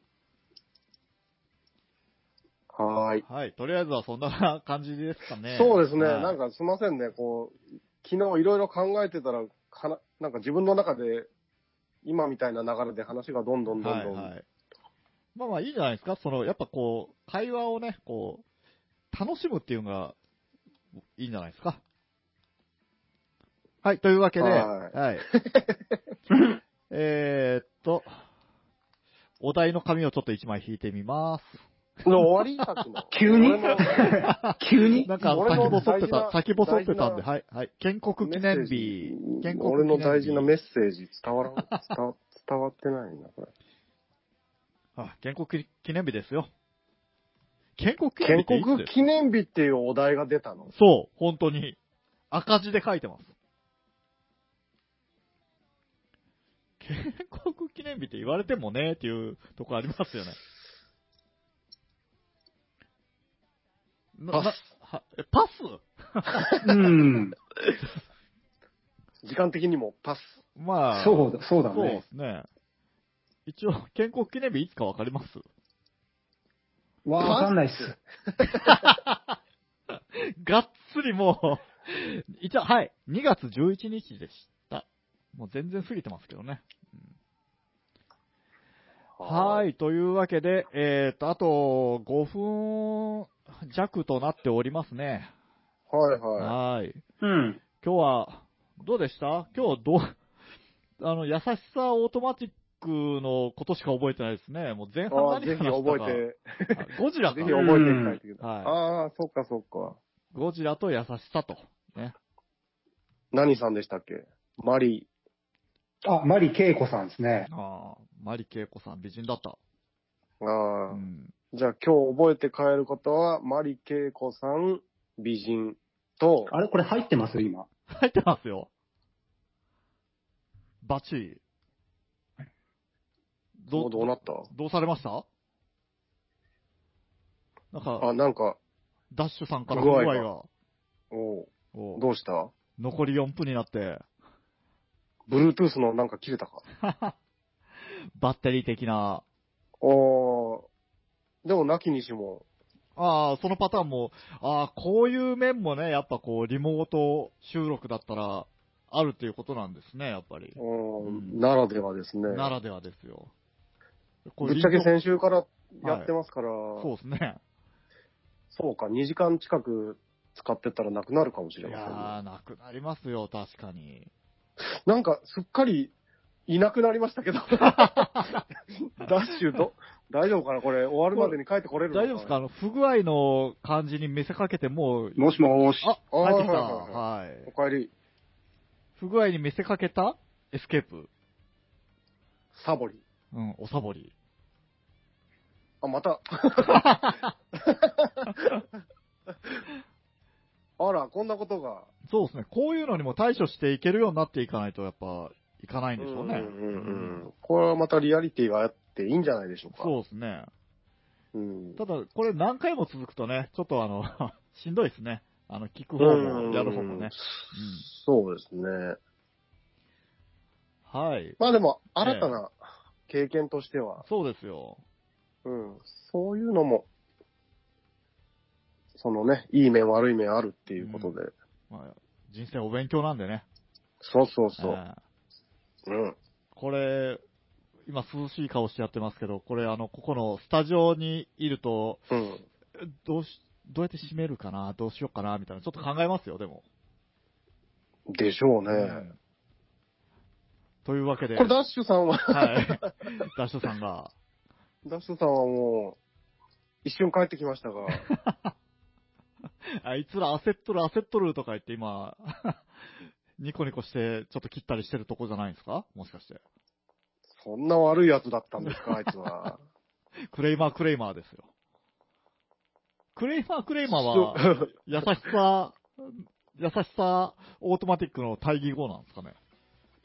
は
ーい
い。。はい。とりあえずはそんな感じですかね。
そうですね。
はい
なんかすいませんね。こう、昨日いろいろ考えてたら、かな、なんか自分の中で、今みたいな流れで話がどんどんどんどん。
はいはい。まあまあいいじゃないですか。その、やっぱこう、会話をね、こう、楽しむっていうのが、いいんじゃないですか。はい、というわけで、
は
はい。 [LAUGHS] えーっと、お題の紙をちょっと一枚引いてみます。
終わりさっ
[LAUGHS]
きの。
急に
俺の
急に
なんか、
俺の
先細って
大事な
た、先細ってたんで、
大事
はい、はい。建国記念日
メッセー
建国記
ジ。
念日。
俺の大事なメッセージ伝わらん、伝わ [LAUGHS] 伝わってないんだ、これ。
あ、建国記念日ですよ。建国記念日
建
っていつ
国記念日っていうお題が出たの。
そう、本当に。赤字で書いてます。建国記念日って言われてもねっていうとこありますよね。な
パス
なはえパス
うん。
時間的にもパス。
まあ、
そうだ、そうだ
そうで
ね。
すね。一応、建国記念日いつかわかります [LAUGHS]
わかんないっす。
がっつりも
[LAUGHS]
う、一応、はい、2月11日でした。もう全然過ぎてますけどね。はーい、というわけで、えーと、あと5分弱となっておりますね。
はいは
はーい。
うん。
今日は、どうでした今日どう、 [LAUGHS] あの、優しさオートマティックのことしか覚えてないですね。もう前
い。
半
ああ
何
ー、ぜ
話し
ひ
たか
覚え
あ [LAUGHS] ゴジラ
て、ぜ
か
ひ。覚えて帰ってくる。
は
ああ、そっかそっか。
い。ゴジラと優しさと。ね。
何さんでしたっけマリ
あ、マリケイコさんですね。
ああ、マリケイコさん美人だった。
ー。
う
ああ、
ん。
じゃあ今日覚えて帰ることは、マリケイコさん、美人と、
あれこれ入ってます今。
入ってますよ。バッチリ。
どうどうなった
どうされましたなんか、
あ、なんか、
ダッシュさんから
不具合が
不
おう
おう
どうした
残り4分になって、
?Bluetooth のなんか切れたか
バッテリー的な、
おー、でもなきにしも、
ああ、そのパターンも、ああ、こういう面もね、やっぱこう、リモート収録だったら、あるっていうことなんですね、やっぱり。
おー
うん
ならではですね。
ならではですよ。こう
ぶっちゃ
リ
け
モ
先週からやってますから、
そうですね。
そうか、2時間近く使ってたらなくなるかもし
い
れませんね、
やー、なくなりますよ、確かに。
なんか、すっかり、いなくなりまし
[LAUGHS]
たけど。ダッシュど、大丈夫かなこれ、終わるまでに帰ってこれるの
大丈夫ですかあの、不具合の感じに見せかけてもう、
もしもーし。
あ、
あー
入ってきた。
はい
はい。
おかえり、
不具合に見せかけたエスケープ。
サボり。
うん、おサボり。
あ、
[LAUGHS]
また。あら、こんなことが。
そうですね。こういうのにも対処していけるようになっていかないと、やっぱ、いかないんでしょうね。
うんうんう
うん
んこれはまたリアリティがあっていいんじゃないでしょうか。
そうですね。
うん。
ただ、これ何回も続くとね、ちょっとあの、 [LAUGHS] しんどいですね。あの、聞く方も、やる方も
うん
ね。。
そうですね。
はい。
まあでも、新たな経験としては、
そうですよ。
うん、そういうのも、そのね、いい面悪い面あるっていうことで、
まあ、人生お勉強なんでね。
そうそうそ
えー
う、うん、
これ、今涼しい顔してやってますけど、これあの、ここのスタジオにいると、
うん、
えどうし、どうやって閉めるかな、どうしようかな、みたいな、ちょっと考えますよ、でも。
でしょうね。
うんというわけで、
これ、ダッシュさんは、 [LAUGHS]
はい。ダッシュさんが、
ダッシュさんはもう、一瞬帰ってきまし
[LAUGHS]
たが、
あいつら焦っとる焦っとるとか言って今、 [LAUGHS] ニコニコして、ちょっと切ったりしてるとこじゃないんですかもしかして。
そんな悪いやつだったんですか、あいつは。
クレイマークレイマーですよ。クレイマークレイマーは、優しさ、優しさ、オートマティックの対義語なんですかね。
[LAUGHS]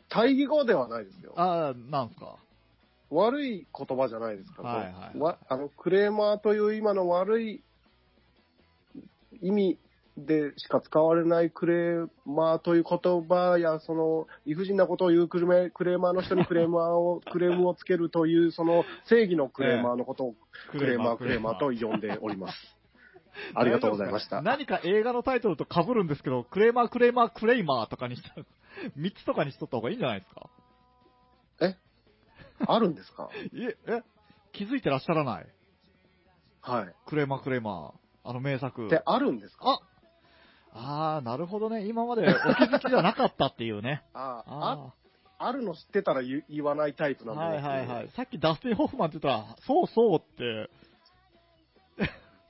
対義語ではないですよ。
ああ、なんですか。
悪い言葉じゃないですから、
はいはい
わあのクレーマーという今の悪い意味でしか使われないクレーマーという言葉や、その理不尽なことを言うクレメクレーマーの人にクレーマーを、クレームをつけるという、その正義のクレーマーのこと
[LAUGHS]
をクレーマー、クレーマーと呼んでおります。ありがとうございま
[LAUGHS]
した。
何か映画のタイトルと被るんですけど、クレーマー、クレーマー、クレイマーとか [LAUGHS] にした、3つとかにしとった方がいいんじゃないですか
あるんですか
え、え、気づいてらっしゃらない
は
クレーマー、クレーマー。あの名作
い。。で、あるんですか
ああー、なるほどね。今までお気づきじゃなかったっていうね。
[LAUGHS] ああ
あ
あるの知ってたら言言わないタイプ
あ、
なん
はい
で。
はいはい。さっきダスティン・ホフマンって言ったら、そうそうって、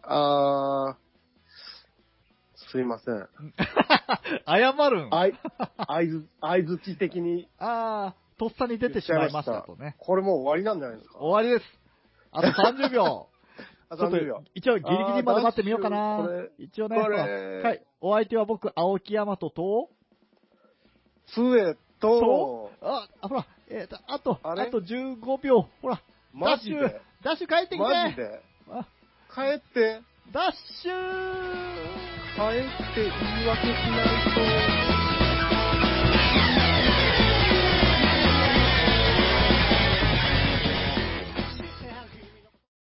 あー、すいません。
謝るん。
あ
[LAUGHS]
い、合図、合図地的に、
あー、とっさに出てしまいましたとね。
これもう終わりなんじゃないですか。
終わりです。あと30秒。
[LAUGHS] あ、
ちょっ
30秒
と。、一応ギリギリまで待ってみようか
あー
な
どうしようこ。
一応ね、
これ
ほらはい。お相手は僕、青木大和と、
杖と
と、あ、あほら、えっ、と、あと、
あ
あ
れ
と15秒。ほら、
マジで、
ダッシュ帰ってきて
マジで、
あ
帰って、
ダッシュ
あえて言い訳しないと。